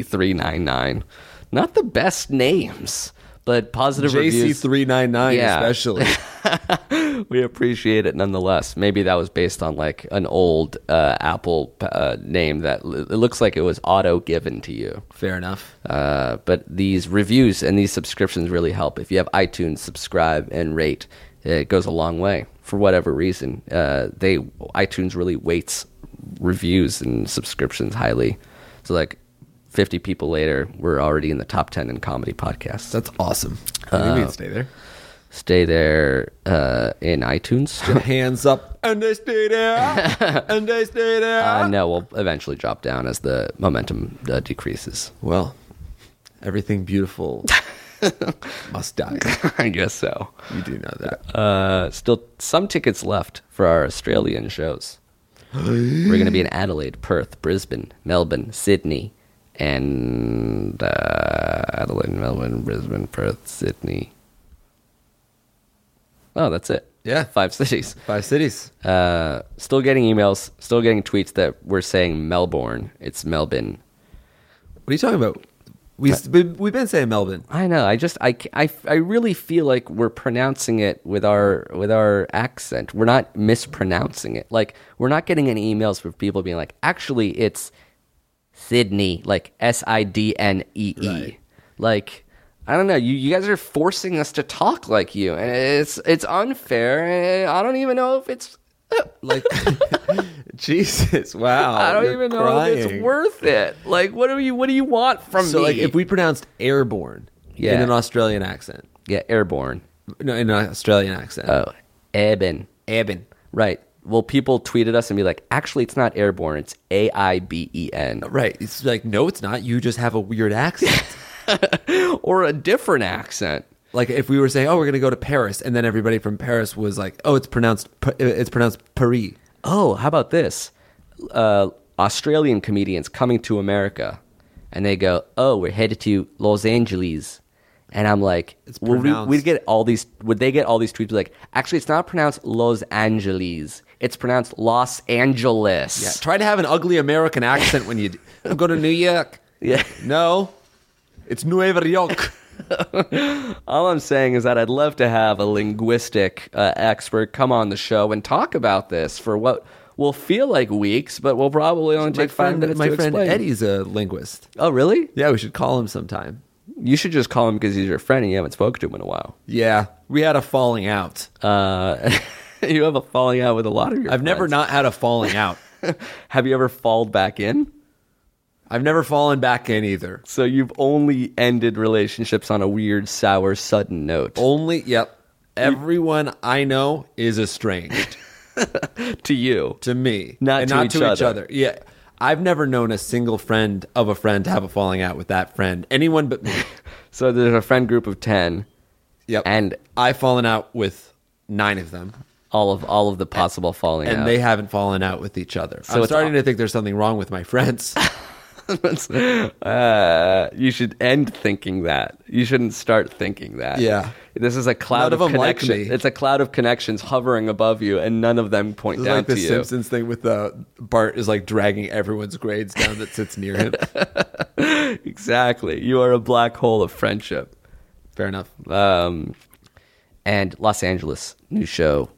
JC399. Not the best names, but positive reviews. JC399 Yeah. especially. we appreciate it nonetheless. Maybe that was based on like an old uh, Apple uh, name that l- it looks like it was auto given to you. Fair enough. Uh, but these reviews and these subscriptions really help. If you have iTunes, subscribe and rate. It goes a long way for whatever reason. Uh, they iTunes really weights reviews and subscriptions highly. So like. 50 people later, we're already in the top 10 in comedy podcasts. That's awesome. Uh, you can stay there. Stay there uh, in iTunes. <laughs> Hands up, and they stay <laughs> there, and they stay there. Uh, no, we'll eventually drop down as the momentum uh, decreases. Well, everything <laughs> beautiful must die. <laughs> I guess so. You do know that. Uh, still, some tickets left for our Australian shows. We're going to be in Adelaide, Perth, Brisbane, Melbourne, Sydney, and uh, Adelaide, Melbourne, Brisbane, Perth, Sydney. Oh, that's it. Yeah. Five cities. Five cities. Uh, still getting emails, still getting tweets that we're saying Melbourne. It's Melbourne. What are you talking about? We, we, we've been saying Melbourne. I know. I just I, I, I really feel like we're pronouncing it with our with our accent. We're not mispronouncing it. Like we're not getting any emails from people being like, actually, it's Sydney, like S I D N E E. Like I don't know. You you guys are forcing us to talk like you, and it's it's unfair. And I don't even know if it's Like, <laughs> Jesus, <laughs> wow. I don't Oh, you're even know if crying. it's worth it. Like what do you what do you want from So, me? like, if we pronounced airborne in Yeah. an Australian accent, yeah, airborne. no, in an Australian accent, Oh, Eben. airborne. Right. Well, people tweeted us and be like, actually, it's not airborne. It's A I B E N. Right. It's like, no, it's not. You just have a weird accent. Or a different accent. like if we were saying, "Oh, we're going to go to Paris," and then everybody from Paris was like, "Oh, it's pronounced Pa- it's pronounced Paris." Oh, how about this? Uh, Australian comedians coming to America and they go, oh, we're headed to Los Angeles. And I'm like, It's would we, pronounced- we'd get all these, would they get all these tweets like, actually, it's not pronounced Los Angeles. It's pronounced Los Angeles. Yeah, try to have an ugly American accent when you d- <laughs> go to New York. Yeah. No, it's Nueva York. All I'm saying is that I'd love to have a linguistic uh, expert come on the show and talk about this for what will feel like weeks, but will probably only <laughs> my take five friend, minutes my to friend explain. Eddie's a linguist. Oh, really? Yeah, we should call him sometime. You should just call him because he's your friend and you haven't spoken to him in a while. Yeah, we had a falling out. Uh, <laughs> you have a falling out with a lot of your. I've never friends. not had a <laughs> falling out. Have you ever falled back in? I've never fallen back in either. So you've only ended relationships on a weird, sour, sudden note. Only, yep. Everyone I know is estranged. to you. to me, Not and to not each to each other. other. Yeah, I've never known a single friend of a friend to have a falling out with that friend. Anyone but <laughs> me. So there's a friend group of ten. Yep. And- I've fallen out with nine of them, All of all of the possible falling and out. they haven't fallen out with each other. So I'm it's starting aw- to think there's something wrong with my friends. <laughs> uh, you should end thinking that. You shouldn't start thinking that. Yeah. This is a cloud None of, of them like connections. me. It's a cloud of connections hovering above you, and none of them point It's down like the to you. Simpsons thing with the Bart is like dragging everyone's grades down that sits near <laughs> him. Exactly. You are a black hole of friendship. Fair enough. Um, and Los Angeles, new show,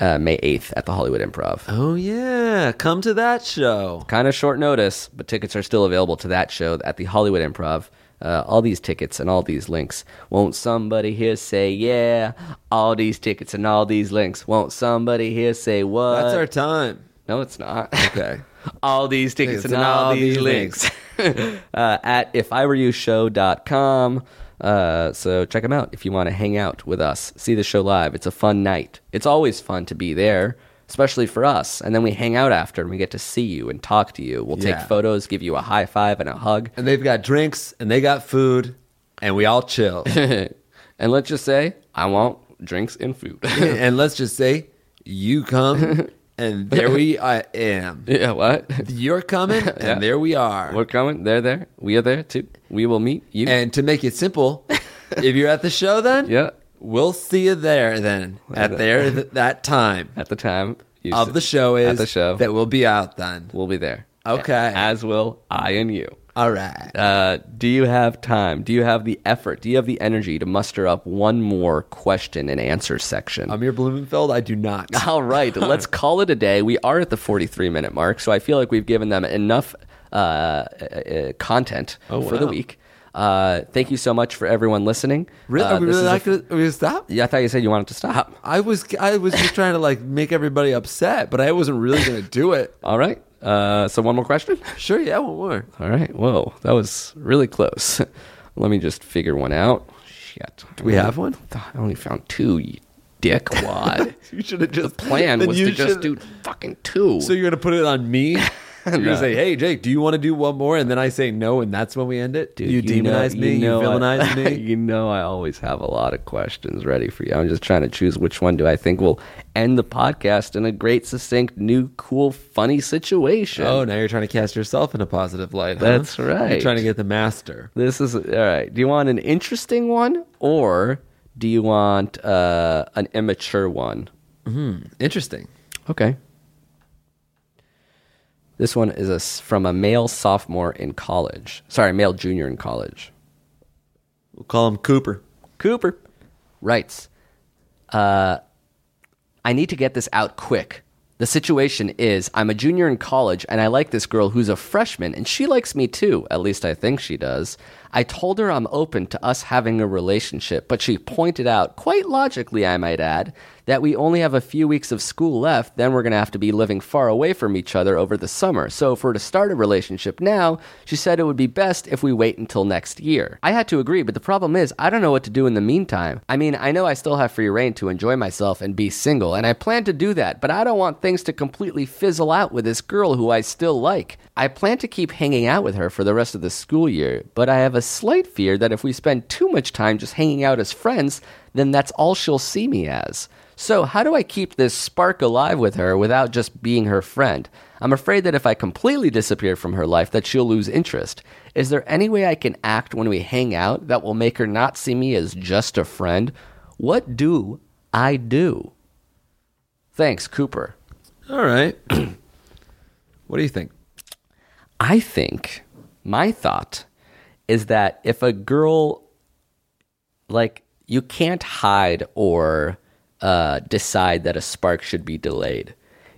uh, May 8th at the Hollywood Improv. Oh yeah, come to that show. kind of short notice, but tickets are still available to that show at the Hollywood Improv. Uh, all these tickets and all these links. Won't somebody here say yeah? All these tickets and all these links. Won't somebody here say what? That's our time. no, it's not. Okay. <laughs> all these tickets and, all, these links, <laughs> uh, at ifiwereyoushow.com. Uh, so check them out if you want to hang out with us, see the show live. It's a fun night. It's always fun to be there, especially for us. And then we hang out after and we get to see you and talk to you. We'll Yeah. take photos, give you a high five and a <laughs> hug. And they've got drinks and they got food and we <laughs> all chill. and let's <coughs> just say, I want drinks and food. <laughs> and let's just say you come and there we I am. Yeah, what? You're coming, and <laughs> Yeah. there we are. We're coming. They're there. We are there too. We will meet you. And to make <laughs> it simple, if you're at the show, then yeah, we'll see you there. Then at there th- <laughs> that time at the time you of said- the show is at the show. that we'll be out then. we'll be there. Okay. As will I and you. All right. Uh, do you have time? Do you have the effort? Do you have the energy to muster up one more question and answer section? I'm your Blumenfeld. I do <laughs> not. All right, <laughs> let's call it a day. We are at the 43 minute mark, so I feel like we've given them enough uh, uh, content for the Oh, wow. week. Uh, thank you so much for everyone listening. Really? Uh, are we this really is a- not gonna, are we gonna stop? yeah, I thought you said you wanted to stop. I was I was just trying to like make everybody upset, but I wasn't really gonna do it. All right. Uh, so one more question. <laughs> Sure, yeah, <laughs> one more. All right. Whoa, that was really close. <laughs> Let me just figure one out. Shit. Do we have one? I only found two. You <laughs> dickwad. You should have just Plan then was you to just should- do fucking two. So you're gonna put it <laughs> on me? You're gonna say, "Hey, Jake, do you want to do one more?" And then I say no, and that's when we end it. Dude, you, know- demonize me. You, know I- <laughs> villainize me. you know I always have a lot of questions ready for you. I'm just trying to choose which one do I think will end the podcast in a great, succinct, new, cool, funny situation. Oh, now you're trying to cast yourself in a positive light. Huh? That's right. You're trying to get the master. This is all right. Do you want an interesting one or do you want uh, an immature one? Interesting. Okay. This one is a s from a male sophomore in college. Sorry, male junior in college. We'll call him Cooper. Cooper writes, uh, I need to get this out quick. The situation is I'm a junior in college and I like this girl who's a freshman and she likes me too. At least I think she does. I told her I'm open to us having a relationship, but she pointed out, quite logically, I might add, that we only have a few weeks of school left, then we're going to have to be living far away from each other over the summer. So if we're to start a relationship now, she said it would be best if we wait until next year. I had to agree, but the problem is I don't know what to do in the meantime. I mean, I know I still have free reign to enjoy myself and be single, and I plan to do that, but I don't want things to completely fizzle out with this girl who I still like. I plan to keep hanging out with her for the rest of the school year, but I have a slight fear that if we spend too much time just hanging out as friends, then that's all she'll see me as. So, how do I keep this spark alive with her without just being her friend? I'm afraid that if I completely disappear from her life that she'll lose interest. Is there any way I can act when we hang out that will make her not see me as just a friend? What do I do? Thanks, Cooper. All right. <clears throat> what do you think? I think my thought is that if a girl like you can't hide or uh, decide that a spark should be delayed.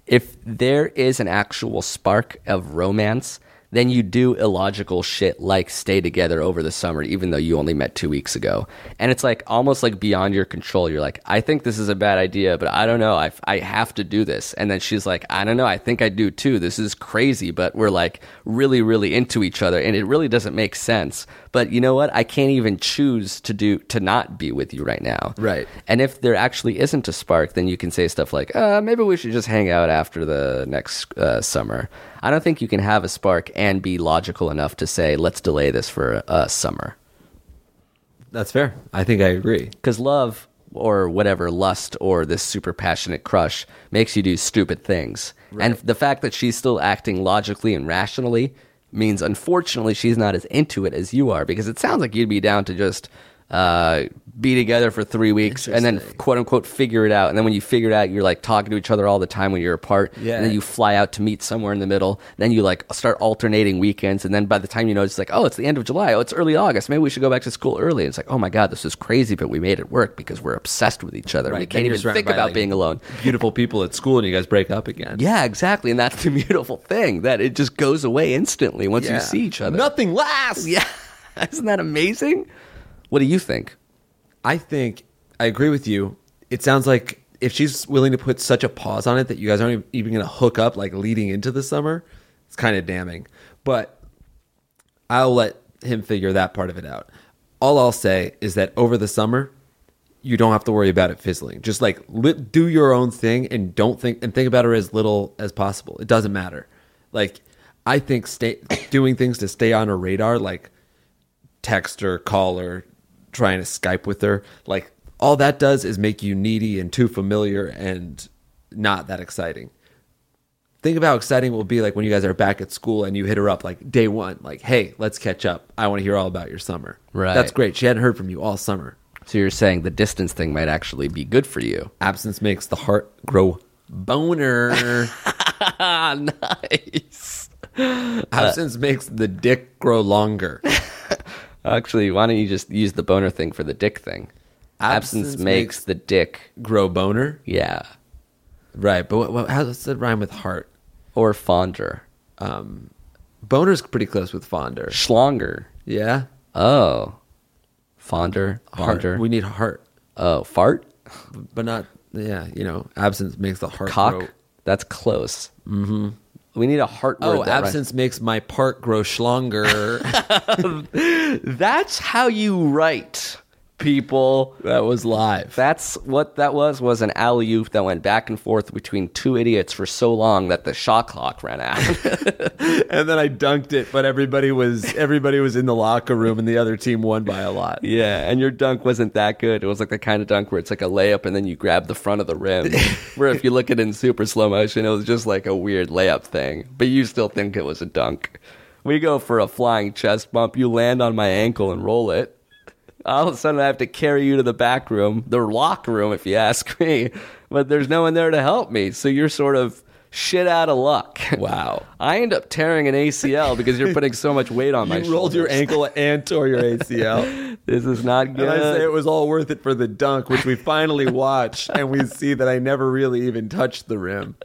If there is an actual spark of romance, then you do illogical shit like stay together over the summer, even though you only met two weeks ago. And it's like almost like beyond your control. You're like, I think this is a bad idea, but I don't know. I, I have to do this. And then she's like, I don't know. I think I do too. This is crazy, but we're like really, really into each other. And it really doesn't make sense. But you know what? I can't even choose to do, to not be with you right now. Right. And if there actually isn't a spark, then you can say stuff like, uh, maybe we should just hang out after the next uh, summer. I don't think you can have a spark and be logical enough to say, let's delay this for a summer. That's fair. I think I agree. Because love or whatever, lust or this super passionate crush makes you do stupid things. And the fact that she's still acting logically and rationally means, unfortunately, she's not as into it as you are because it sounds like you'd be down to just uh, be together for three weeks and then quote unquote figure it out. And then when you figure it out, you're like talking to each other all the time when you're apart. Yeah. And then you fly out to meet somewhere in the middle. Then you like start alternating weekends, and then by the time you know, it's like, oh, it's the end of July. Oh, it's early August. Maybe we should go back to school early. And it's like, oh my god, this is crazy, but we made it work because we're obsessed with each other. We Right, then can't you're even surrounded think by, about like, being alone. Beautiful people at school, and you guys break up again. Yeah, exactly. And that's the <laughs> beautiful thing that it just goes away instantly once you see each other. Nothing lasts. Yeah, <laughs> isn't that amazing? What do you think? I think I agree with you. It sounds like if she's willing to put such a pause on it that you guys aren't even going to hook up like leading into the summer, it's kind of damning. But I'll let him figure that part of it out. All I'll say is that over the summer, you don't have to worry about it fizzling. Just like li- do your own thing and don't think and think about her as little as possible. It doesn't matter. Like I think stay doing things to stay on her radar, like text her, call her, trying to Skype with her. Like all that does is make you needy and too familiar and not that exciting. Think about how exciting it will be like when you guys are back at school and you hit her up like day one, like, hey, let's catch up. I want to hear all about your summer. Right. That's great. She hadn't heard from you all summer. So you're saying the distance thing might actually be good for you. Absence makes the heart grow <laughs> boner. Ah, nice. <laughs> Absence makes the dick grow <laughs> longer. Actually, why don't you just use the boner thing for the dick thing? Absence, Absence makes, makes- the dick. grow boner? Yeah. Right. But what, what, how does that rhyme with heart? Or fonder. Boner's pretty close with fonder. Schlonger. Yeah. Oh. Fonder. Heart. Fonder. We need heart. oh, fart? But not, yeah, you know, absence makes the heart Cock? grow. That's close. Mm-hmm. We need a heart word. Oh, that rhymes- absence makes my part grow <laughs> schlonger. That's how you write, people. that was live. That's what that was was an alley oop that went back and forth between two idiots for so long that the shot clock ran out. <laughs> and then I dunked it, but everybody was everybody was in the locker room, and the other team won by a lot. yeah, and your dunk wasn't that good. It was like the kind of dunk where it's like a layup and then you grab the front of the <laughs> rim. where if you look at it in super slow motion, it was just like a weird layup thing, but you still think it was a dunk. We go for a flying chest bump, you land on my ankle and roll it. all of a sudden I have to carry you to the back room, the locker room, if you ask me. But there's no one there to help me, so you're sort of shit out of luck. Wow. I end up tearing an ACL because you're putting so much weight on my. <laughs> You rolled your shoulders. ankle and tore your <laughs> ACL. This is not good. And I say it was all worth it for the dunk, which we finally watched, and we see that I never really even touched the rim.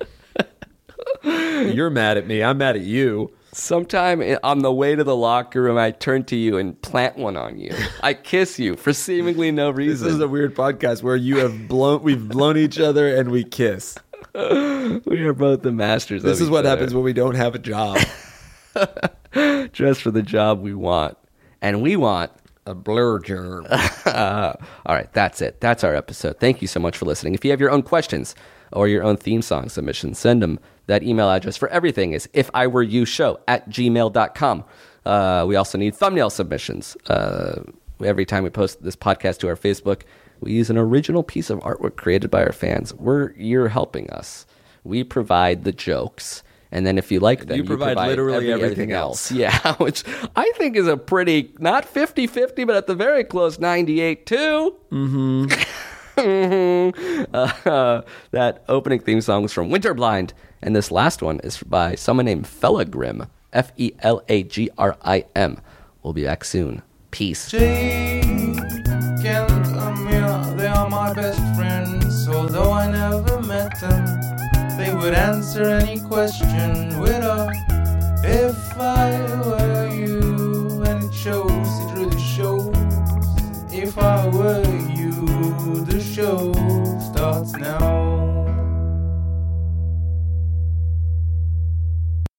<laughs> You're mad at me. I'm mad at you. Sometime i- on the way to the locker room, I turn to you and plant one on you. I kiss you for seemingly no This is reason. a weird podcast where you have blown, we've blown each other, and we kiss. we are both the masters. This is what happens when we don't have a <laughs> job. Dress for the job we want, and we want a blur germ. All right, that's it. That's our episode. Thank you so much for listening. If you have your own questions or your own theme song submissions, send them. That email address for everything is if I were you show at gmail.com. Uh, we also need thumbnail submissions. Uh, every time we post this podcast to our Facebook, we use an original piece of artwork created by our fans. We're you're helping us. We provide the jokes. And then if you like them, You provide literally everything <laughs> else. yeah, which I think is a pretty not 50 50, but at the very close 98 2. Mm-hmm. <laughs> uh, that opening theme song was from Winterblind, and this last one is by someone named Felagrim. F E L A G R I M. We'll be back soon. Peace. Jake and Amira, they are my best friends. Although I never met them, they would answer any question with a if I were